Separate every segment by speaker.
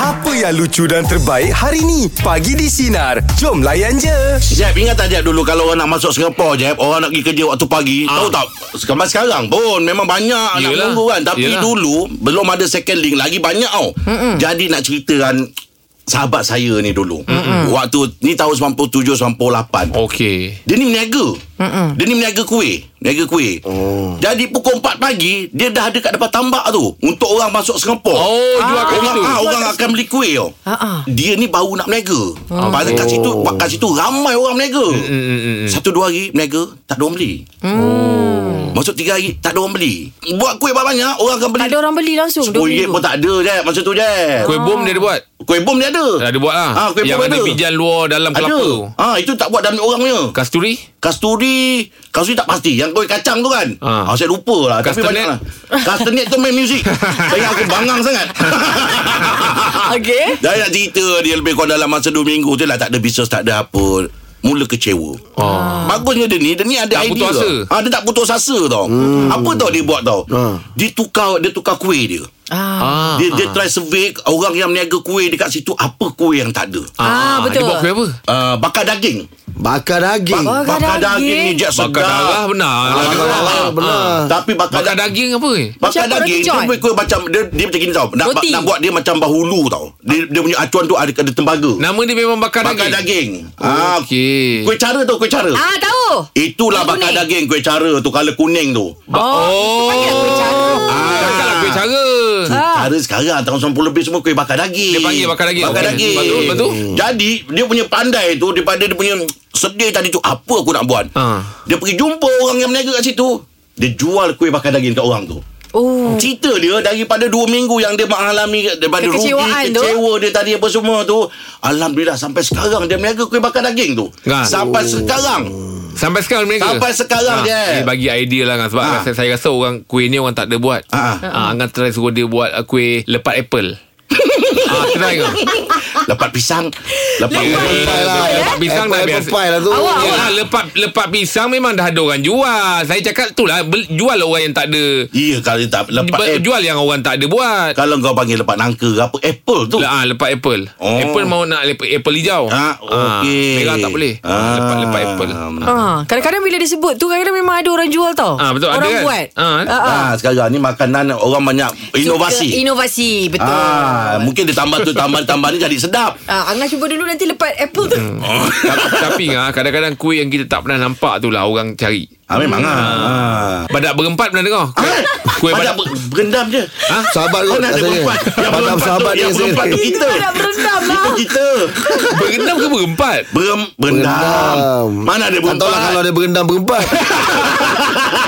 Speaker 1: Apa yang lucu dan terbaik hari ni? Pagi di Sinar. Jom layan je.
Speaker 2: Jeb ingat tak Jeb dulu Kalau orang nak masuk Singapura Jeb Orang nak pergi kerja waktu pagi ah. Tahu tak Sekarang sekarang pun Memang banyak Yelah. nak
Speaker 3: Yelah.
Speaker 2: menunggu kan Tapi Yelah.
Speaker 3: Yelah.
Speaker 2: dulu Belum ada second link Lagi banyak tau Mm-mm. Jadi nak ceritakan Sahabat saya ni dulu Mm-mm. Waktu Ni tahun 97-98
Speaker 3: Oh. Okey.
Speaker 2: Dia ni meniaga Mm-mm. Dia ni meniaga kuih Meniaga kuih oh. Jadi pukul 4 pagi Dia dah dekat depan tambak tu Untuk orang masuk Singapura
Speaker 3: Oh, jual kat
Speaker 2: Orang
Speaker 3: situ.
Speaker 2: ah, orang akan beli kuih tau.
Speaker 4: Ah, ah.
Speaker 2: Dia ni baru nak berniaga. Oh. Pasal kat situ kat situ ramai orang berniaga.
Speaker 3: Mm,
Speaker 2: Satu dua hari berniaga tak ada orang beli. Hmm. Masuk tiga hari tak ada orang beli. Buat kuih banyak orang akan beli.
Speaker 4: Tak ada orang beli Oh. langsung
Speaker 2: RM10
Speaker 4: RM20.
Speaker 2: pun tak ada je masa tu je.
Speaker 3: Kuih bom dia ada buat.
Speaker 2: Kuih bom dia ada.
Speaker 3: Ada buat lah.
Speaker 2: Ah, kuih
Speaker 3: Yang
Speaker 2: bom
Speaker 3: ada
Speaker 2: ada.
Speaker 3: pijan luar dalam kelapa.
Speaker 2: Ada.
Speaker 3: tu.
Speaker 2: Ah itu tak buat dalam orang punya.
Speaker 3: Kasturi?
Speaker 2: Kasturi Kasturi tak pasti Yang kuih kacang tu kan ha.
Speaker 3: Ha.
Speaker 2: ah, Saya lupa lah Tapi
Speaker 3: Castanet.
Speaker 2: banyak lah Castanet tu main muzik Saya ingat aku bangang sangat
Speaker 4: Okey.
Speaker 2: Dah nak cerita Dia lebih kurang dalam masa 2 minggu tu lah Tak ada bisnes Tak ada apa Mula kecewa
Speaker 3: Oh.
Speaker 2: Bagusnya dia ni Dia ni ada
Speaker 3: Tak
Speaker 2: idea
Speaker 3: putus asa.
Speaker 2: tau. ha, Dia tak putus asa tau hmm. Apa tau dia buat tau ha. Dia tukar Dia tukar kuih dia
Speaker 4: Ah,
Speaker 3: Ah.
Speaker 2: Dia, dia try survey Orang yang meniaga kuih Dekat situ Apa kuih yang tak ada
Speaker 4: Ah, betul.
Speaker 3: Dia buat kuih apa?
Speaker 2: uh, Bakar daging
Speaker 5: Bakar daging.
Speaker 2: Bak-
Speaker 4: Bakar
Speaker 2: Bakar
Speaker 4: daging.
Speaker 2: daging ni Jack
Speaker 3: Bakar darah
Speaker 2: sedap
Speaker 3: benar.
Speaker 2: Ah,
Speaker 3: Bakar
Speaker 2: benar.
Speaker 3: darah.
Speaker 5: Ah, benar.
Speaker 3: Ah.
Speaker 2: Tapi bakar,
Speaker 3: Bakar
Speaker 2: bakar daging
Speaker 3: daging apa? eh?
Speaker 2: Bakar
Speaker 4: Macam
Speaker 2: daging
Speaker 4: roti
Speaker 2: dia
Speaker 4: john.
Speaker 2: buat kuih macam dia, dia macam gini tau. Nak,
Speaker 4: Roti.
Speaker 2: nak buat dia macam bahulu tau. Dia, dia punya acuan tu ada ada tembaga.
Speaker 3: Nama dia memang bakar,
Speaker 2: bakar
Speaker 3: daging.
Speaker 2: daging. Ah,
Speaker 3: Okey.
Speaker 2: Kuih cara tu kuih cara.
Speaker 4: ah tahu.
Speaker 2: Itulah
Speaker 4: Kuih
Speaker 2: bakar
Speaker 4: kuning.
Speaker 2: daging kuih cara tu kalau kuning tu.
Speaker 3: Ba- oh.
Speaker 4: panggil kuih cara.
Speaker 3: Ah. Cakaplah kuih cara.
Speaker 4: Ah.
Speaker 2: Cara sekarang tahun 90 lebih semua kuih bakar daging.
Speaker 3: Dia panggil bakar daging.
Speaker 2: Bakar
Speaker 3: Okey.
Speaker 2: daging.
Speaker 3: Lepas tu, lepas tu?
Speaker 2: Jadi dia punya pandai tu daripada dia punya sedih tadi tu apa aku nak buat.
Speaker 3: Ah.
Speaker 2: Dia pergi jumpa orang yang berniaga kat situ. Dia jual kuih bakar daging kat orang tu.
Speaker 4: Oh.
Speaker 2: Cerita dia daripada dua minggu yang dia mengalami daripada rugi,
Speaker 4: Kekecewaan tu.
Speaker 2: kecewa dia tadi apa semua tu. Alhamdulillah sampai sekarang dia meniaga kuih bakar daging tu.
Speaker 3: Kan?
Speaker 2: Sampai sekarang.
Speaker 3: Sampai sekarang mereka.
Speaker 2: Sampai sekarang je.
Speaker 3: Dia bagi idea lah kan sebab
Speaker 2: Ah.
Speaker 3: ha. saya, saya rasa orang kuih ni orang tak ada buat.
Speaker 2: Ah.
Speaker 3: Ha. Ha. Angan try suruh dia buat uh, kuih lepat apple. ah, try ke?
Speaker 2: Lepat pisang. Lepat
Speaker 3: Eh,
Speaker 2: kuih.
Speaker 5: Pie lah.
Speaker 3: Lepat pisang dah
Speaker 5: Apple-
Speaker 3: biasa.
Speaker 5: apple pie lah tu.
Speaker 4: Awak- awak-
Speaker 3: Yelah, lepat, lepat pisang memang dah ada orang jual. Saya cakap tu lah, bel- jual orang yang tak ada.
Speaker 2: Iya kalau tak lepat
Speaker 3: Lepat,
Speaker 2: eh,
Speaker 3: jual yang orang tak ada buat.
Speaker 2: kalau kau panggil lepat nangka ke apa apple tu.
Speaker 3: Le, ah, lepat apple.
Speaker 2: Oh.
Speaker 3: Oh. Apple mau nak lepat apple hijau.
Speaker 2: Ah, okey.
Speaker 3: merah tak boleh.
Speaker 2: Ah.
Speaker 3: Ah. Lepat lepat apple.
Speaker 4: Ah, kadang-kadang bila disebut tu kadang-kadang memang ada orang jual tau.
Speaker 3: Ah, betul, ada
Speaker 4: orang
Speaker 3: kan?
Speaker 4: buat.
Speaker 3: Ah, eh?
Speaker 4: ah. ah.
Speaker 2: Ah, sekarang ni makanan orang banyak
Speaker 4: Suka
Speaker 2: inovasi.
Speaker 4: Inovasi, betul.
Speaker 2: Ah, mungkin dia tambah tu tambah-tambah ni jadi sedap.
Speaker 4: Ah, Angah cuba dulu nanti lepat apple tu.
Speaker 3: tapi, tapi ngah, kadang-kadang kuih yang kita tak pernah nampak tu lah orang cari.
Speaker 2: Ah memang ah.
Speaker 3: Badak berempat pernah dengar?
Speaker 2: ah.
Speaker 3: Kuih, kuih
Speaker 2: Badak
Speaker 3: badak,
Speaker 2: ber- berendam je.
Speaker 3: Ha?
Speaker 5: Sahabat
Speaker 2: Kau
Speaker 5: kot
Speaker 2: nak ada
Speaker 5: rasanya.
Speaker 2: perempat Yang berempat
Speaker 5: Padam
Speaker 2: tu
Speaker 5: sahabat
Speaker 2: Yang
Speaker 5: dia
Speaker 2: berempat tu
Speaker 5: saya.
Speaker 2: kita
Speaker 4: Kita nak berendam lah.
Speaker 2: Itu kita
Speaker 3: Berenam ke berempat?
Speaker 2: Berem, berendam
Speaker 5: Berendam.
Speaker 2: Mana ada
Speaker 5: Tak tahu lah kalau
Speaker 2: berempat
Speaker 5: dia berendam berempat.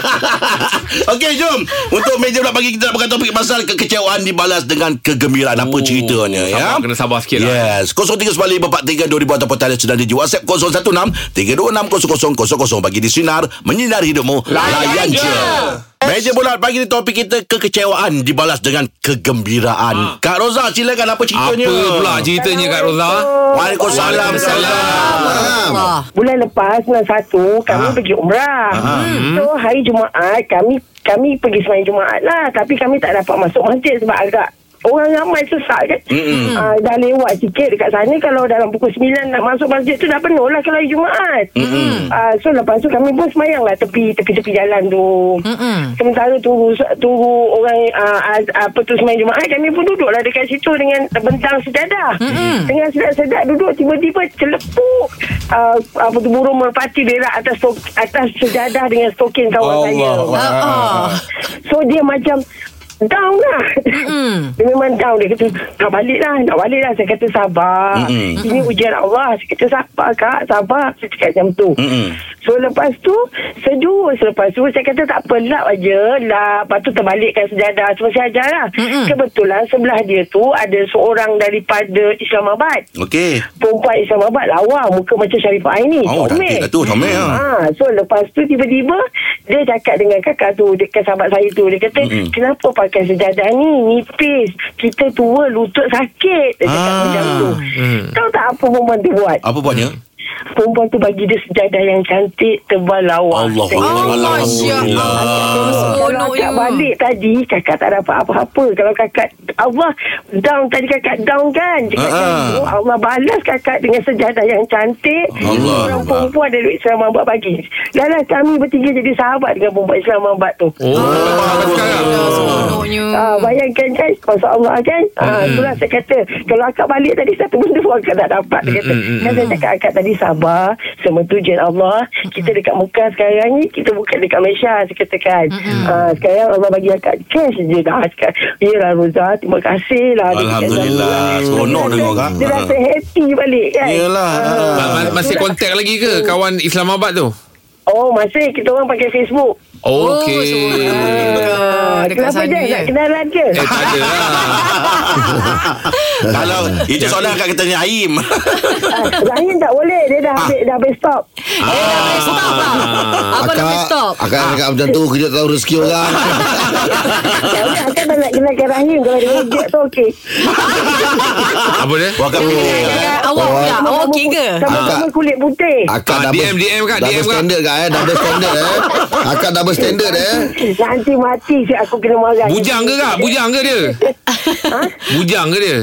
Speaker 2: Okey jom Untuk meja pula pagi kita nak berkata topik Pasal kekecewaan dibalas dengan kegembiraan Apa
Speaker 3: Oh,
Speaker 2: ceritanya
Speaker 3: sabar,
Speaker 2: ya
Speaker 3: kena sabar sikit lah.
Speaker 2: Yes 0395432000 Ataupun talian sedang di WhatsApp 016 326 Bagi di Sinar Menyinar hidupmu Layan je Meja bulat pagi ni topik kita Kekecewaan dibalas dengan kegembiraan Kak Roza silakan apa ceritanya
Speaker 3: Ah. Apa pula ceritanya Kak Roza?
Speaker 2: Waalaikumsalam
Speaker 4: Ah.
Speaker 6: Bulan lepas 91
Speaker 2: Ah.
Speaker 6: kami Aha. pergi umrah. So hari Jumaat kami kami pergi sembahyang Jumaat lah tapi kami tak dapat masuk masjid sebab agak orang ramai sesak kan.
Speaker 2: Mm-mm.
Speaker 6: Ah, dah lewat sikit dekat sana kalau dalam pukul 9 nak masuk masjid tu dah penuh lah kalau hari Jumaat. Ah, so lepas tu kami pun sembahyang lah tepi tepi-tepi jalan tu.
Speaker 4: Mm-mm.
Speaker 6: Sementara tunggu tunggu orang uh, apa tu sembahyang Jumaat kami pun duduklah dekat situ dengan bentang sejadah. Mm-hmm. Dengan sedap-sedap duduk tiba-tiba celepuk uh, apa tu burung merpati berak atas stok, atas sejadah dengan stokin kawan
Speaker 2: Allah
Speaker 6: saya.
Speaker 2: Allah.
Speaker 4: Ah, ah.
Speaker 6: So dia macam down lah.
Speaker 4: Mm.
Speaker 6: Dia memang down Dia kata Nak balik lah Nak balik lah Saya kata sabar
Speaker 2: Mm-mm.
Speaker 6: Ini ujian Allah Saya kata sabar kak Sabar Saya cakap macam tu
Speaker 2: Mm-mm.
Speaker 6: So lepas tu Sejuk Selepas tu Saya kata tak apa Lap aja Lap Lepas tu terbalikkan sejadah Cuma saya ajar lah
Speaker 4: Mm-mm.
Speaker 6: Kebetulan sebelah dia tu Ada seorang daripada Islamabad
Speaker 2: Okey
Speaker 6: perempuan Islamabad lawa muka macam Sharifah Aini
Speaker 2: Oh, cantik dah tu, comel, ha.
Speaker 6: ha, so lepas tu tiba-tiba dia cakap dengan kakak tu dekat sahabat saya tu dia kata
Speaker 2: Mm-mm.
Speaker 6: kenapa pakai sejadah ni nipis kita tua lutut sakit dia cakap
Speaker 2: Ah. mm.
Speaker 6: macam tu
Speaker 3: Hmm.
Speaker 6: tahu tak apa perempuan tu buat
Speaker 2: Apa buatnya?
Speaker 6: perempuan tu bagi dia sejadah yang cantik tebal
Speaker 4: Ah,
Speaker 6: lawa.
Speaker 2: Allah
Speaker 6: Saya-
Speaker 2: Allah
Speaker 4: Allah,
Speaker 2: Allah Allah.
Speaker 4: Seronok
Speaker 6: kalau akak
Speaker 4: you.
Speaker 6: balik tadi Kakak tak dapat apa-apa Kalau kakak Allah down Tadi kakak down kan Dia kata,
Speaker 2: Ah.
Speaker 6: "Oh, Allah balas kakak Dengan sejadah yang cantik
Speaker 2: Allah.
Speaker 6: Orang perempuan ada duit Islamabad bagi Dan lah kami bertiga jadi sahabat Dengan perempuan Islamabad tu
Speaker 3: Oh, oh sekarang.
Speaker 4: Seronoknya.
Speaker 6: Ah, bayangkan kan Masa Allah kan ah, Itulah saya kata Kalau akak balik tadi Satu benda pun akak tak dapat Dia kata Kan saya cakap akak tadi sabar Semua tujuan Allah Kita dekat Mekah sekarang ni Kita bukan dekat Malaysia Saya katakan ah, Sekarang Allah bagi akak Cash je dah Akak, Yelah Roza Terima kasih lah Dia
Speaker 2: Alhamdulillah.
Speaker 6: cakap,
Speaker 2: Seronok
Speaker 6: Dia
Speaker 2: dengar,
Speaker 6: rasa-
Speaker 2: Kak.
Speaker 6: Dia
Speaker 2: Ah.
Speaker 6: rasa happy balik kan
Speaker 2: Yelah.
Speaker 6: Ah.
Speaker 3: Ma- ma- Masih kontak lagi ke kawan Islamabad tu?
Speaker 6: Oh masih Kita orang pakai Facebook
Speaker 4: Oh,
Speaker 3: Okey.
Speaker 4: seronok.
Speaker 6: Ah,
Speaker 4: Dekat
Speaker 6: Kenapa
Speaker 4: sana
Speaker 6: dia
Speaker 4: ya.
Speaker 6: Nak kenalan ke
Speaker 3: Eh, tak ada lah.
Speaker 2: Kalau itu soalan akan kita tanya Aim.
Speaker 6: Ah, Rahim tak boleh Dia dah habis Dah habis stop
Speaker 4: Eh, Stop lah. Abang nak stop.
Speaker 5: Ah. Akak nak cakap macam tu Kita tak tahu rezeki orang
Speaker 6: Tak boleh, Akak tak nak kan kenalkan Rahim Kalau dia reject tu okey
Speaker 3: Apa dia?
Speaker 2: Wah kat
Speaker 4: Jangan- jangan. Awak pula. Awak Ya, oh, okey ke?
Speaker 6: Sama-sama kulit putih
Speaker 5: Akak
Speaker 3: Ah, DM, DM, Kak,
Speaker 5: Double
Speaker 3: DM, Kak.
Speaker 5: standard kak eh Double standard eh Akak double standard eh
Speaker 6: Nanti mati si aku kena marah
Speaker 3: Bujang ke kak? Bujang ke dia? Ha? Bujang ke dia?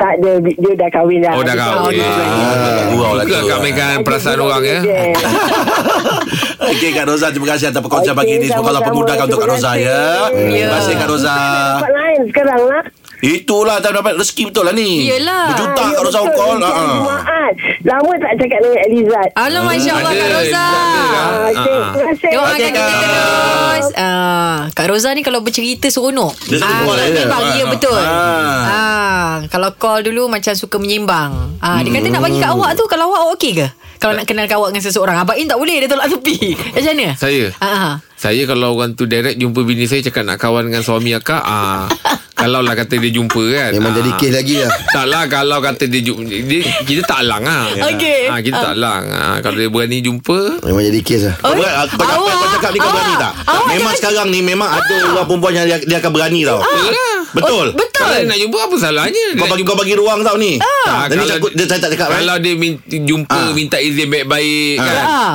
Speaker 6: Tak ada Dia dia dah kahwin dah
Speaker 3: Oh dah kau. Ah,
Speaker 4: Okey.
Speaker 2: Gurau lah
Speaker 3: Suka
Speaker 2: tu.
Speaker 3: kak mainkan
Speaker 6: Nanti
Speaker 3: perasaan
Speaker 6: dia
Speaker 3: orang ya.
Speaker 6: reject.
Speaker 2: Okey Kak Roza terima kasih atas perkongsian
Speaker 6: Okey,
Speaker 2: pagi ini. Semoga Allah
Speaker 6: sama-sama.
Speaker 2: pemudahkan untuk Kak
Speaker 6: Terima
Speaker 2: Roza
Speaker 6: kasih.
Speaker 2: ya.
Speaker 6: Ya.
Speaker 2: Terima kasih Kak Roza.
Speaker 6: Tempat lain sekarang lah
Speaker 2: Itulah tak dapat rezeki betul lah ni.
Speaker 4: Yelah.
Speaker 2: Berjuta Kak
Speaker 6: Ya,
Speaker 2: Roza
Speaker 6: betul.
Speaker 2: call.
Speaker 6: Dia
Speaker 2: Ha,
Speaker 3: ah.
Speaker 2: ha.
Speaker 6: Jumaat. Lama tak cakap dengan Elizad
Speaker 4: Alah, Masya Allah,
Speaker 3: Ada,
Speaker 4: Kak Rosa.
Speaker 3: ada, Kak.
Speaker 6: Ah, okey,
Speaker 3: Ah.
Speaker 6: Terima kasih
Speaker 4: Doakan
Speaker 2: Okey,
Speaker 4: okay, kita
Speaker 2: Kak.
Speaker 4: terus. Ah, Kak Rosa ni kalau bercerita seronok.
Speaker 2: Dia suka call,
Speaker 4: dia
Speaker 2: ya?
Speaker 4: bahagia
Speaker 3: Ah,
Speaker 4: betul.
Speaker 2: ah.
Speaker 4: Ah, kalau call dulu macam suka menyimbang. Ah, dia kata nak bagi
Speaker 2: Hmm.
Speaker 4: kat awak tu kalau awak awak okey ke? Kalau nak kenal awak dengan seseorang. Abang Im tak boleh dia tolak tepi. Macam mana?
Speaker 3: Saya?
Speaker 4: Ah.
Speaker 3: Saya kalau orang tu direct jumpa bini saya cakap nak kawan dengan suami akak ah kalau lah kata dia jumpa kan.
Speaker 5: Memang
Speaker 3: ah.
Speaker 5: jadi kes lagi lah
Speaker 3: Tak lah kalau kata dia, jumpa, dia kita tak lang ah.
Speaker 4: Okey.
Speaker 3: Ah kita tak lang. Ah kalau dia berani jumpa
Speaker 5: Memang jadi kes lah
Speaker 2: Kau berat- Kau cakap,
Speaker 4: Oh, awak-
Speaker 2: kau cakap ni kau
Speaker 4: awak-
Speaker 2: berani tak?
Speaker 4: awak
Speaker 2: Memang
Speaker 4: jangan- Ah.
Speaker 2: sekarang ni memang ada orang perempuan yang dia, dia akan berani tau. Betul.
Speaker 4: Oh, betul.
Speaker 3: kalau dia nak jumpa apa salahnya?
Speaker 2: Kau
Speaker 3: Dia
Speaker 2: bagi kau bagi ruang tau ni.
Speaker 3: Ah,
Speaker 2: Dan ni
Speaker 3: kalau-
Speaker 2: takut dia saya tak cakap kan.
Speaker 3: Kalau dia minta, jumpa
Speaker 2: Ah.
Speaker 3: minta izin baik-baik kan.
Speaker 4: Ah.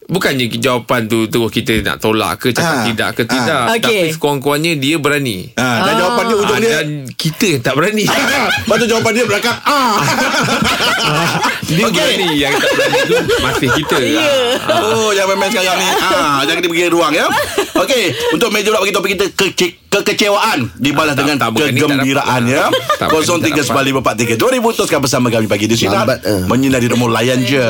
Speaker 3: Bukannya jawapan tu terus kita nak tolak
Speaker 2: Ah.
Speaker 3: ke cakap tidak ke tidak.
Speaker 4: Okey.
Speaker 3: Tapi sekurang-kurangnya dia berani.
Speaker 2: Ah, dan jawapan dia ujung
Speaker 3: Ah,
Speaker 2: dia. Ah.
Speaker 3: dan kita yang tak berani.
Speaker 2: Lepas tu jawapan dia belakang. Ah.
Speaker 3: dia
Speaker 2: Okey.
Speaker 3: berani yang tak berani tu masih kita. Ya.
Speaker 2: Oh, jangan main sekarang ni. Ah, jangan diberi ruang ya. Okey, untuk meja pula bagi topik kita kece- kekecewaan dibalas
Speaker 3: Ah, tak-
Speaker 2: dengan
Speaker 3: tak, bukan ni, tak
Speaker 2: kegembiraan
Speaker 3: dapat.
Speaker 2: ya.
Speaker 3: Tak, bukan ni, tak
Speaker 2: 0395432000 teruskan bersama kami pagi di sini.
Speaker 5: Lambat, eh.
Speaker 2: Menyinari demo layan je.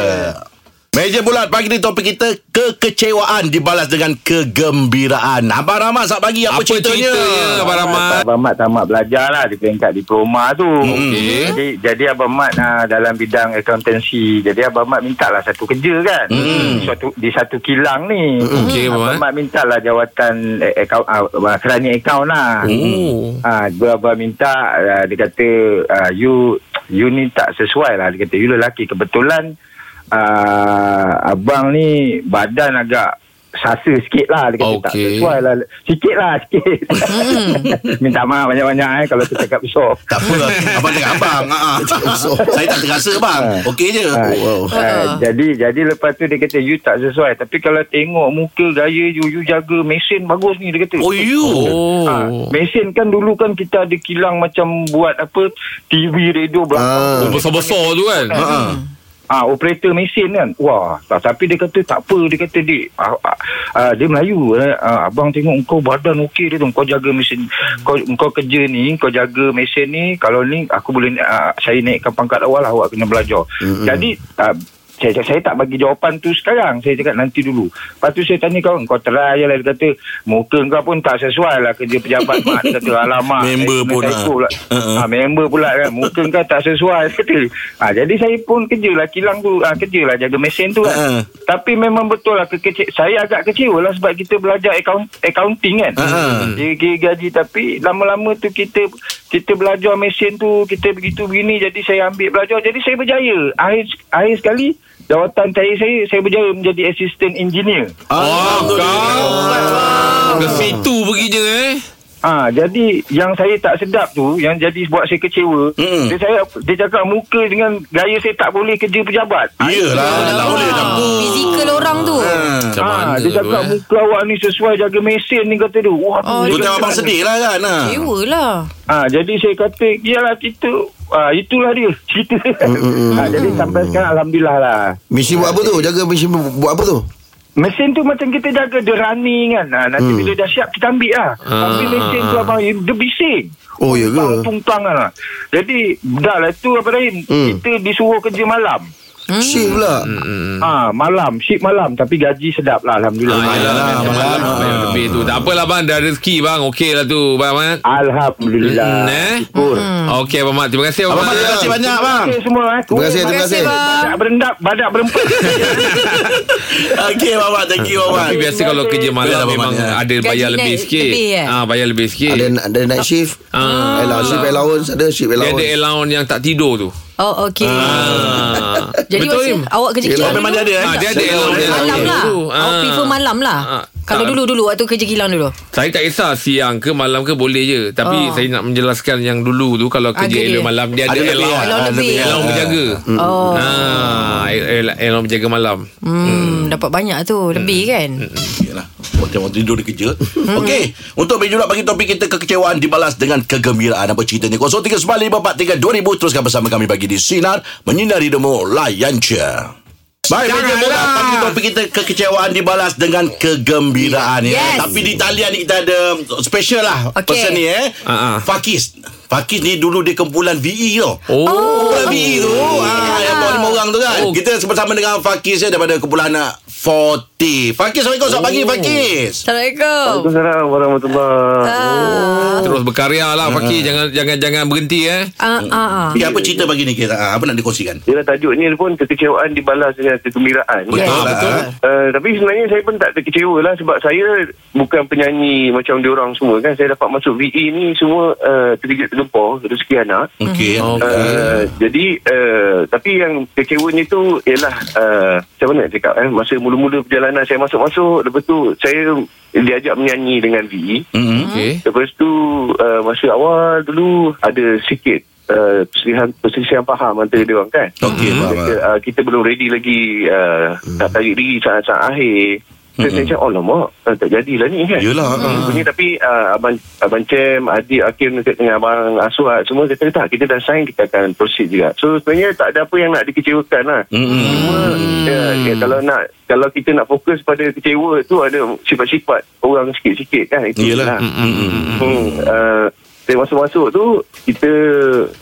Speaker 2: Meja bulat pagi ni topik kita kekecewaan dibalas dengan kegembiraan. Abang Rahmat saat pagi apa,
Speaker 3: Apa ceritanya Abang Rahmat?
Speaker 7: Abang Mat tamat belajar lah di peringkat diploma tu.
Speaker 3: Okey.
Speaker 7: Jadi, jadi Abang Mat uh, dalam bidang accountancy. Jadi Abang Mat mintalah satu kerja kan. Mm. Suatu, di satu kilang ni.
Speaker 3: Okey, Abang
Speaker 7: Abang
Speaker 3: Mat.
Speaker 7: Mat mintalah jawatan eh, account, uh, kerani account lah.
Speaker 3: Oh.
Speaker 7: Ah, ha, abang minta uh, dia kata uh, you you ni tak sesuai lah dia kata you lelaki kebetulan uh, abang ni badan agak sasa sikit lah dia kata okay. tak
Speaker 3: Okey.
Speaker 7: sesuai lah sikit lah sikit minta maaf banyak-banyak eh kalau tu cakap besar
Speaker 2: Tak apa. Abang cakap abang. Ah, ah. Saya tak terasa bang. Okey je.
Speaker 7: Ah,
Speaker 2: Oh,
Speaker 5: Wow.
Speaker 7: ah, jadi jadi lepas tu dia kata you tak sesuai tapi kalau tengok muka gaya you you jaga mesin bagus ni dia kata
Speaker 2: Oh you.
Speaker 3: Oh.
Speaker 7: Ha, mesin kan dulu kan kita ada kilang macam buat apa TV radio
Speaker 5: Ah.
Speaker 7: belakang tu.
Speaker 3: Oh, Besar-besar tu kan.
Speaker 2: Ha. ah.
Speaker 7: Ah, operator mesin kan. Wah, tak, tapi dia kata tak apa. Dia kata, dik, ah, ah, ah, dia Melayu. Eh. Ah, abang tengok kau badan okey dia tu. Kau jaga mesin.
Speaker 2: Hmm.
Speaker 7: Kau, kau kerja ni, kau jaga mesin ni. Kalau ni, aku boleh, ah, saya naikkan pangkat awal lah. Awak kena belajar.
Speaker 2: Hmm.
Speaker 7: Mm-hmm. Jadi, ah, saya, saya, saya tak bagi jawapan tu sekarang. Saya cakap nanti dulu. Lepas tu saya tanya kau, kau try je lah. Dia kata, muka kau pun tak sesuai lah kerja pejabat. Mat. Dia kata, alamak.
Speaker 2: Member
Speaker 7: saya kena
Speaker 2: pun,
Speaker 7: typo
Speaker 2: ah.
Speaker 7: pula.
Speaker 2: Uh-uh.
Speaker 7: Ha, member pula kan. Muka kau tak sesuai kata. Ha, jadi saya pun kerjalah kilang tu. Ha, kerjalah jaga mesin tu kan.
Speaker 2: Ha.
Speaker 7: Tapi memang betul lah kekece- saya agak kecewa lah sebab kita belajar account- accounting kan.
Speaker 2: Ha.
Speaker 7: Kira-kira gaji tapi lama-lama tu kita kita belajar mesin tu kita begitu begini jadi saya ambil belajar jadi saya berjaya. Akhir akhir sekali
Speaker 8: Jawatan saya saya saya berjaya menjadi assistant engineer.
Speaker 3: Oh,
Speaker 2: Ah.
Speaker 3: kau. Ke situ perginya eh.
Speaker 8: Ah, jadi yang saya tak sedap tu yang jadi buat saya kecewa,
Speaker 2: Mm-mm.
Speaker 8: dia saya dia cakap muka dengan gaya saya tak boleh kerja pejabat.
Speaker 2: Yelah, tak boleh tak
Speaker 4: Ah, Fizikal orang tu.
Speaker 3: Macam
Speaker 8: Ah,
Speaker 3: mana
Speaker 8: dia
Speaker 3: tu
Speaker 8: cakap
Speaker 3: eh.
Speaker 8: muka awak ni sesuai jaga mesin ni kata dia. Wah, tu
Speaker 4: Oh,
Speaker 8: dia
Speaker 2: Tu tengok
Speaker 8: kata-
Speaker 2: abang sedih lah kan ha.
Speaker 4: Dewa lah.
Speaker 8: Ah, jadi saya kata, iyalah itu ah, itulah dia cerita. ah, jadi sampai sekarang alhamdulillah lah.
Speaker 5: Mesin buat apa tu? Jaga mesin bu- buat apa tu?
Speaker 8: Mesin tu macam kita jaga dia running kan. Ah, nanti bila dah siap kita ambil lah. Ambil mesin tu abang dia bising.
Speaker 5: Oh, ya ke?
Speaker 8: Tungtang kan lah. Jadi dah lah tu apa Rahim. Kita disuruh kerja malam.
Speaker 5: Shift pula.
Speaker 7: Hmm.
Speaker 8: Ah, malam, shift malam tapi gaji sedap lah alhamdulillah.
Speaker 7: Oh,
Speaker 3: Ah, yelah,
Speaker 5: Alah,
Speaker 3: macam
Speaker 5: malam.
Speaker 3: mana bayar lebih tu. Tak apalah bang, dah rezeki bang. Okey lah tu, bang Mat.
Speaker 8: Alhamdulillah.
Speaker 3: Hmm, eh?
Speaker 8: Syukur.
Speaker 3: Okey, Abang Mat. Terima kasih, Abang
Speaker 2: Abang Mat, terima
Speaker 3: Mat.
Speaker 2: kasih banyak bang.
Speaker 8: Okay, semua. eh.
Speaker 5: Terima kasih, terima kasih.
Speaker 8: Badak berendap, badak berempat.
Speaker 2: Okey, Abang Mat. Thank you, Abang Mat.
Speaker 3: Tapi biasa kalau kerja
Speaker 2: Biar
Speaker 3: malam
Speaker 2: Abang
Speaker 3: memang
Speaker 2: Mat, ya.
Speaker 3: ada bayar
Speaker 4: Gaji
Speaker 3: lebih
Speaker 4: naik
Speaker 3: sikit.
Speaker 4: lebih, eh?
Speaker 3: Ah, bayar lebih sikit.
Speaker 5: Ada ada night shift.
Speaker 3: Ah,
Speaker 5: Allowance, shift allowance ada shift
Speaker 3: dia ada
Speaker 5: allowance.
Speaker 3: allowance yang tak tidur tu.
Speaker 4: Oh, okey.
Speaker 3: Ah.
Speaker 4: Jadi
Speaker 3: Betul,
Speaker 4: masa
Speaker 3: Im?
Speaker 4: awak kerja
Speaker 2: Oh,
Speaker 4: kilang
Speaker 2: memang dia ada
Speaker 4: dulu?
Speaker 2: eh?
Speaker 3: Ah, dia ada allowance. yang tak
Speaker 4: Malam lah.
Speaker 3: tidur.
Speaker 4: Awak
Speaker 3: Ah.
Speaker 4: prefer malam lah.
Speaker 3: Ah.
Speaker 4: Kalau
Speaker 3: Ah.
Speaker 4: dulu-dulu waktu kerja kilang dulu.
Speaker 3: Saya tak kisah siang ke malam ke boleh je. Tapi
Speaker 4: Oh. Ah,
Speaker 3: saya nak menjelaskan yang dulu tu kalau
Speaker 4: Ada
Speaker 3: kerja
Speaker 4: dia.
Speaker 3: elok malam dia ada
Speaker 2: Ada lebih,
Speaker 3: allowance.
Speaker 2: eh?
Speaker 4: Allowance lebih.
Speaker 3: Allowance berjaga.
Speaker 4: Oh.
Speaker 3: Ah, el- allowance berjaga malam.
Speaker 4: Hmm, dapat banyak tu. Lebih kan?
Speaker 3: Hmm.
Speaker 2: Yelah lah. Waktu orang tidur dia kerja
Speaker 4: Hmm.
Speaker 2: Okey Untuk meja pula bagi topik kita Kekecewaan dibalas dengan kegembiraan Apa ceritanya 0395432000 Teruskan bersama kami bagi di Sinar Menyinari Demo Layan je Baik, meja bola
Speaker 3: Janganlah.
Speaker 2: pagi topik kita kekecewaan dibalas dengan kegembiraan
Speaker 4: Yes.
Speaker 2: ya. Tapi di talian ni kita ada special lah
Speaker 4: Okey.
Speaker 2: person ni eh.
Speaker 3: Ah, ah.
Speaker 2: Fakis. Fakis ni dulu dia kumpulan E, VE tau.
Speaker 3: Oh.
Speaker 2: Kumpulan VE tu ah, Yang bawa lima orang tu kan
Speaker 3: Oh.
Speaker 2: Kita bersama dengan Fakis ya, Daripada kumpulan anak 40 Fakis Assalamualaikum Selamat pagi Fakis
Speaker 4: Assalamualaikum.
Speaker 8: Assalamualaikum warahmatullahi
Speaker 4: Ah,
Speaker 3: Terus berkarya lah
Speaker 2: Ah.
Speaker 3: Fakir Jangan jangan jangan berhenti eh
Speaker 4: ah, ah, ah.
Speaker 2: Ya, apa cerita pagi ni kita? Ah, Apa nak dikongsikan?
Speaker 7: Yelah tajuk ni pun kekecewaan dibalas dengan kegembiraan.
Speaker 2: Betul
Speaker 3: Ah,
Speaker 2: lah,
Speaker 3: betul.
Speaker 2: ah.
Speaker 7: Uh, tapi sebenarnya saya pun tak terkecewa lah sebab saya bukan penyanyi macam diorang semua kan. Saya dapat masuk VE ni semua uh, terkejut tergempor, rezeki anak.
Speaker 2: Okey.
Speaker 3: Okey.
Speaker 7: Uh, jadi uh, tapi yang kecewanya tu ialah uh, macam mana nak cakap eh masa mula-mula perjalanan saya masuk-masuk lepas tu saya diajak menyanyi dengan E. VE
Speaker 2: Mm-mm.
Speaker 3: Okey
Speaker 7: Lepas tu uh, masa awal dulu ada sikit uh, perselisihan, perselisihan faham antara dia orang kan.
Speaker 2: Okey, faham, Hmm.
Speaker 7: kita, uh, kita belum ready lagi uh, nak tarik diri saat-saat akhir. Saya saya cakap, oh lama, tak jadilah ni kan.
Speaker 2: Yelah, ah.
Speaker 7: Hmm. Bunyi, tapi uh, Abang, Abang Cem, Adik, Hakim dekat dengan Abang Aswad, semua kata tak, kita dah sign, kita akan proceed juga. So sebenarnya tak ada apa yang nak dikecewakan lah.
Speaker 2: Mm-mm.
Speaker 7: Cuma ya, ya, kalau nak kalau kita nak fokus pada kecewa tu ada sifat-sifat orang sikit-sikit kan itu je
Speaker 2: Yelah.
Speaker 7: lah. Hmm, uh, saya masuk-masuk tu kita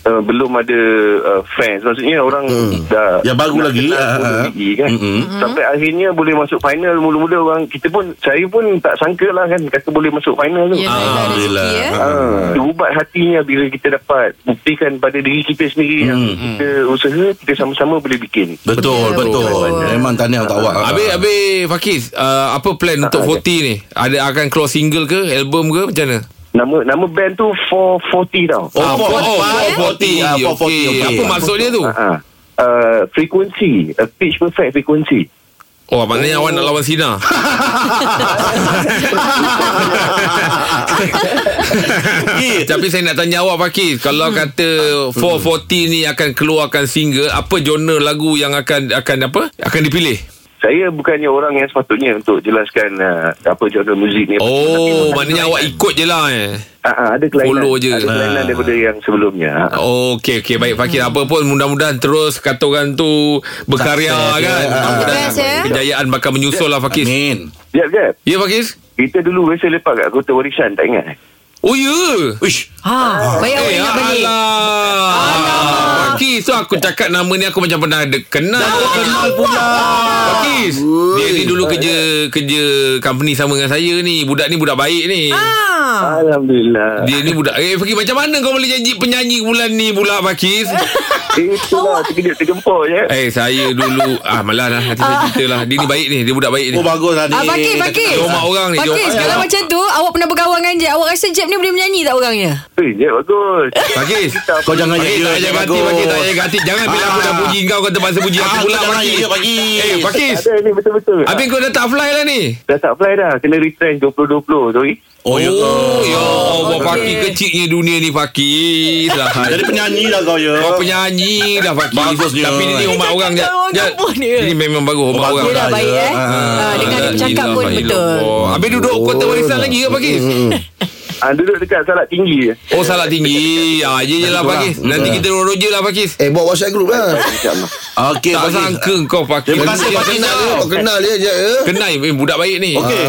Speaker 7: uh, belum ada uh, friends maksudnya orang dah
Speaker 2: Hmm. Yang baru
Speaker 7: nak
Speaker 2: lagi,
Speaker 7: kenal
Speaker 2: ah,
Speaker 7: baru
Speaker 2: ah.
Speaker 7: lagi kan
Speaker 2: Mm-mm.
Speaker 7: sampai akhirnya boleh masuk final mula-mula orang kita pun saya pun tak sangka lah kan kata boleh masuk final tu
Speaker 4: Ya, dah ada
Speaker 2: Alhamdulillah.
Speaker 4: rezeki eh.
Speaker 7: Ah, terubat hatinya bila kita dapat buktikan pada diri kita sendiri yang
Speaker 2: Hmm.
Speaker 7: kita usaha kita sama-sama boleh bikin
Speaker 2: Betul,
Speaker 4: Betul,
Speaker 2: betul.
Speaker 4: betul.
Speaker 2: Memang tahniah untuk awak.
Speaker 3: Ah. Habis, habis Fakir uh, Apa plan untuk 40 ni? Ada akan keluar single ke? Album ke? Macam mana?
Speaker 7: Nama nama band tu 440 tau.
Speaker 2: Oh,
Speaker 3: Ah,
Speaker 2: four-
Speaker 3: oh,
Speaker 2: four-
Speaker 3: 440
Speaker 2: ah,
Speaker 3: Okey.
Speaker 2: 440, okey.
Speaker 3: Apa maksud dia
Speaker 2: Ah.
Speaker 3: tu?
Speaker 7: Ha. Uh, frequency, uh, pitch perfect frequency.
Speaker 3: Oh maknanya awak nak lawan Sina
Speaker 2: Eh,
Speaker 3: Tapi saya nak tanya awak Fakir Kalau kata 440 ni akan keluarkan single Apa genre lagu yang akan akan apa? Akan dipilih?
Speaker 7: Saya bukannya orang yang sepatutnya untuk jelaskan uh, apa genre muzik ni.
Speaker 3: Oh maknanya awak ikut je lah eh
Speaker 7: Ha, ha, ada kelainan.
Speaker 3: Follow je. Ah.
Speaker 7: Ada
Speaker 2: Ha.
Speaker 7: kelainan daripada yang sebelumnya. Ha.
Speaker 3: Okey okey baik Fakir
Speaker 4: Hmm.
Speaker 3: apa pun mudah-mudahan terus kata orang tu berkarya
Speaker 2: Sukses,
Speaker 3: kan.
Speaker 2: ya.
Speaker 3: Mudah-mudahan
Speaker 4: Sukses, ya.
Speaker 3: kejayaan bakal menyusul lah Fakir.
Speaker 2: Amin.
Speaker 7: Jap, jap.
Speaker 3: Ya Fakir?
Speaker 7: Kita dulu biasa lepak kat Kota Warisan, tak ingat?
Speaker 3: Oh ya.
Speaker 2: Uish.
Speaker 4: Ha, baik awak
Speaker 3: Eh,
Speaker 4: ingat balik.
Speaker 3: alah. Fakir so aku cakap nama ni aku macam pernah ada kenal.
Speaker 2: Kenal pula.
Speaker 3: Fakir. Dia ni dulu kerja kerja company sama dengan saya ni. Budak ni budak baik ni.
Speaker 4: Ah.
Speaker 9: Alhamdulillah
Speaker 3: Dia ni budak Eh Fakir macam mana kau boleh janji penyanyi bulan ni pula Fakir
Speaker 9: Itulah terkejut tergempur je
Speaker 7: ya.
Speaker 3: Eh saya dulu Ah malah lah Nanti saya cerita lah Dia ni baik ni Dia budak baik ni
Speaker 2: Oh bagus tadi.
Speaker 4: Ah, Fakir, Fakir.
Speaker 3: Dia hormat orang ni dia
Speaker 4: Pakis,
Speaker 3: hormat-
Speaker 4: kalau macam tu, awak pernah berkawan dengan Jeb. Awak rasa Jeb ni boleh menyanyi tak orangnya?
Speaker 9: Eh, je bagus
Speaker 3: Fakir
Speaker 2: Kau jangan
Speaker 3: Fakir
Speaker 2: jadi
Speaker 3: tak payah hati Fakir tak payah hati Jangan bila aku dah
Speaker 2: Ah.
Speaker 3: puji kau Kau terpaksa puji Ah, aku pula Fakir
Speaker 2: pagi.
Speaker 3: Eh Fakir
Speaker 9: Ada ni betul-betul
Speaker 3: Habis kau dah tak fly lah ni
Speaker 9: Dah tak fly dah Kena retrench 2020 Sorry
Speaker 2: Oh, ya ke?
Speaker 3: Oh ya Allah
Speaker 4: Okey.
Speaker 3: Fakir kecilnya dunia ni Fakir lah
Speaker 2: Jadi penyanyi lah kau ya.
Speaker 3: Kau penyanyi dah Fakir
Speaker 2: Bagusnya.
Speaker 3: Tapi dia ni hormat
Speaker 4: Dia
Speaker 3: orang
Speaker 4: cakap orang
Speaker 3: Jeb.
Speaker 4: kampung dia.
Speaker 3: Dia ni memang bagus lah.
Speaker 2: Oh,
Speaker 3: hormat
Speaker 2: bagus
Speaker 3: orang
Speaker 4: Dia dah
Speaker 2: Dah
Speaker 4: baik
Speaker 2: je.
Speaker 4: eh. Ah, Dengan dia bercakap pun betul.
Speaker 3: Oh, habis duduk kota warisan lagi ke pagi? hmm.
Speaker 9: ha, Duduk dekat salak tinggi je
Speaker 3: Oh, salah tinggi. Ah, ya je lah pagi. Nanti kita roja lah pagi.
Speaker 5: Eh buat WhatsApp group lah
Speaker 9: InsyaAllah
Speaker 2: Okey,
Speaker 3: Tak
Speaker 2: Fakir.
Speaker 3: sangka kau pagi.
Speaker 2: Terima kasih, Pakis.
Speaker 5: Kau kenal dia je ya
Speaker 3: Kenal eh, budak baik ni.
Speaker 2: Okey.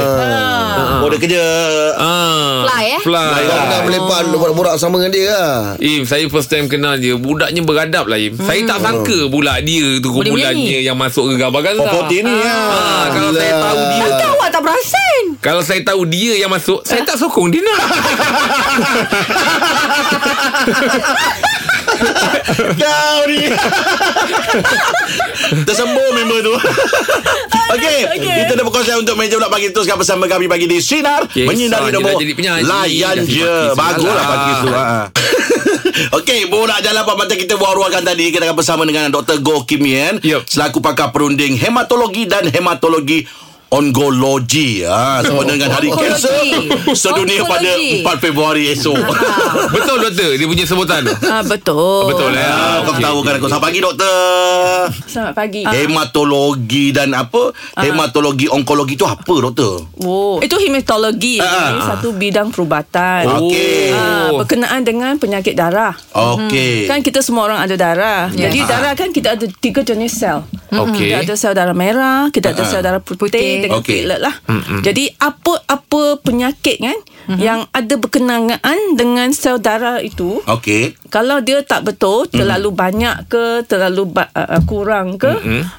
Speaker 2: Oh, dia kerja.
Speaker 3: Ah.
Speaker 4: Fly, eh?
Speaker 3: Fly.
Speaker 5: Kau pernah melepak Borak-borak sama dengan dia lah
Speaker 3: Im, saya first time kenal dia. Budaknya beradab lah, Im. Saya tak sangka pula dia tu
Speaker 4: Hmm. Boleh
Speaker 3: kumpulannya yang masuk ke gambar Gaza.
Speaker 2: Popoti uh, ni
Speaker 3: Ah,
Speaker 2: ya.
Speaker 3: kalau saya tahu dia
Speaker 4: Takkan awak tak perasan?
Speaker 3: Kalau saya tahu dia yang masuk Saya tak sokong dia nak
Speaker 2: Kau ni. Tersembur member tu.
Speaker 4: Oh,
Speaker 2: Okey,
Speaker 4: Okey.
Speaker 2: kita dah berkongsi untuk meja bulat pagi teruskan bersama kami bagi di Sinar
Speaker 3: Okey,
Speaker 2: menyinari
Speaker 3: Sah, dia
Speaker 2: demo.
Speaker 3: dah jadi penyanyi.
Speaker 2: Layan
Speaker 3: Dah
Speaker 2: je.
Speaker 3: sifat kisah
Speaker 2: Baguslah
Speaker 3: lah.
Speaker 2: pagi tu. ha. Okey, bola jalan apa macam kita buat ruangkan tadi kita akan bersama dengan Dr. Goh Kim Yen
Speaker 3: Yup.
Speaker 2: selaku pakar perunding hematologi dan hematologi onkologi. Ah, sempena
Speaker 3: Oh.
Speaker 2: dengan hari
Speaker 4: Onkologi.
Speaker 2: kanser sedunia pada
Speaker 4: Onkologi.
Speaker 2: 4
Speaker 4: Ha,
Speaker 2: Februari esok.
Speaker 3: Betul doktor Dia punya sebutan tu
Speaker 4: Ah, betul.
Speaker 3: Betul eh
Speaker 2: Ah, kau
Speaker 3: Okey,
Speaker 2: tahu kan
Speaker 3: okey,
Speaker 2: aku.
Speaker 3: okey. Ah.
Speaker 2: Selamat pagi doktor.
Speaker 10: Selamat pagi. Ah.
Speaker 2: Hematologi dan apa? Hematologi onkologi tu apa doktor?
Speaker 10: Oh. Itu hematologi.
Speaker 3: Ah,
Speaker 10: Ini satu bidang perubatan.
Speaker 2: Oh. Okey.
Speaker 10: Ah, berkenaan dengan penyakit darah.
Speaker 2: Okey. Ah.
Speaker 10: Kan kita semua orang ada darah. Jadi darah kan kita ada tiga jenis sel.
Speaker 2: Hmm.
Speaker 4: Hmm,
Speaker 3: Okey.
Speaker 10: Kita ada sel darah merah, kita ada sel darah putih,
Speaker 4: Putih.
Speaker 10: dengan
Speaker 2: Ah. Okey.
Speaker 10: platelet lah. Jadi apa-apa penyakit kan yang ada berkenaan dengan sel darah itu,
Speaker 2: Okey.
Speaker 10: kalau dia tak betul,
Speaker 2: Hmm.
Speaker 10: terlalu banyak ke, terlalu ba- uh, kurang ke,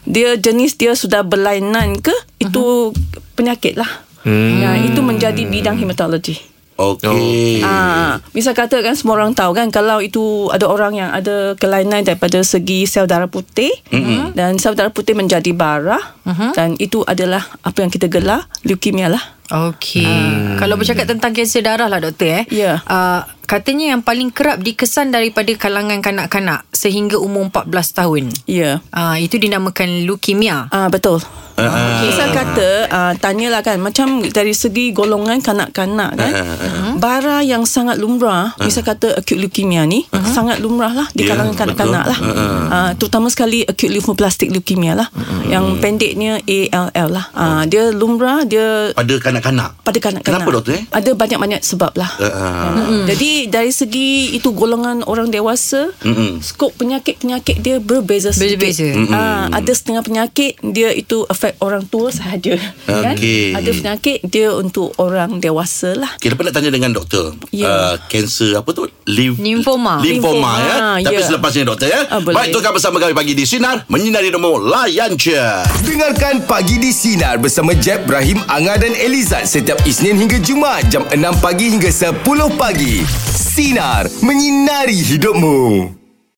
Speaker 10: dia jenis dia sudah berlainan ke, itu penyakit lah.
Speaker 2: Hmm.
Speaker 10: Ya, itu menjadi bidang hematologi.
Speaker 2: Okey.
Speaker 3: Oh.
Speaker 10: Ah, bisa kata kan semua orang tahu kan kalau itu ada orang yang ada kelainan daripada segi sel darah putih mm-hmm. dan sel darah putih menjadi bara mm-hmm. dan itu adalah apa yang kita gelar leukemia lah.
Speaker 4: Okey. Kalau bercakap tentang kanser darah lah doktor eh.
Speaker 10: Ah. Ya.
Speaker 4: Uh, katanya yang paling kerap dikesan daripada kalangan kanak-kanak sehingga umur 14 tahun.
Speaker 10: Ya. Yeah.
Speaker 4: Ah, itu dinamakan leukemia.
Speaker 10: Ah betul.
Speaker 2: Ah,
Speaker 10: Uh, Misal kata uh, tanyalah kan macam dari segi golongan kanak-kanak kan.
Speaker 2: Ah,
Speaker 10: Uh, bara yang sangat lumrah uh, misal kata acute leukemia ni uh, sangat lumrah lah
Speaker 2: Ah.
Speaker 10: di
Speaker 2: Ya, betul.
Speaker 10: kalangan
Speaker 2: ah.
Speaker 10: kanak-kanak lah. Uh, uh, terutama sekali acute lymphoblastic leukemia lah uh, yang pendeknya ALL lah. Uh, dia lumrah dia
Speaker 2: Pada kanak-kanak.
Speaker 10: pada kanak-kanak.
Speaker 2: Kenapa, doktor, eh?
Speaker 10: Ada banyak-banyak sebab lah.
Speaker 2: Uh, uh,
Speaker 10: Mm. Jadi dari segi itu golongan orang dewasa,
Speaker 2: Mm-mm.
Speaker 10: skop penyakit-penyakit dia berbeza sedikit.
Speaker 4: Berbeza.
Speaker 10: Ah, ada setengah penyakit dia itu affect orang tua sahaja. Kan?
Speaker 2: Okey.
Speaker 10: Ada penyakit dia untuk orang dewasa lah.
Speaker 2: kita pernah tanya dengan doktor
Speaker 10: Ya.
Speaker 2: uh, Kanser apa tu? Lymph-
Speaker 4: Lymphoma.
Speaker 2: Lymphoma
Speaker 10: Lymphoma,
Speaker 2: ya Tapi
Speaker 10: ya.
Speaker 2: selepasnya doktor ya
Speaker 10: Ah, boleh.
Speaker 2: Baik tukar bersama kami pagi di Sinar Menyinari Demo Layan je
Speaker 1: Dengarkan Pagi di Sinar bersama Jeb, Ibrahim, Anga dan Elizad setiap Isnin hingga Jumaat jam 6 pagi hingga 10 pagi. Sinar. Menyinari hidupmu.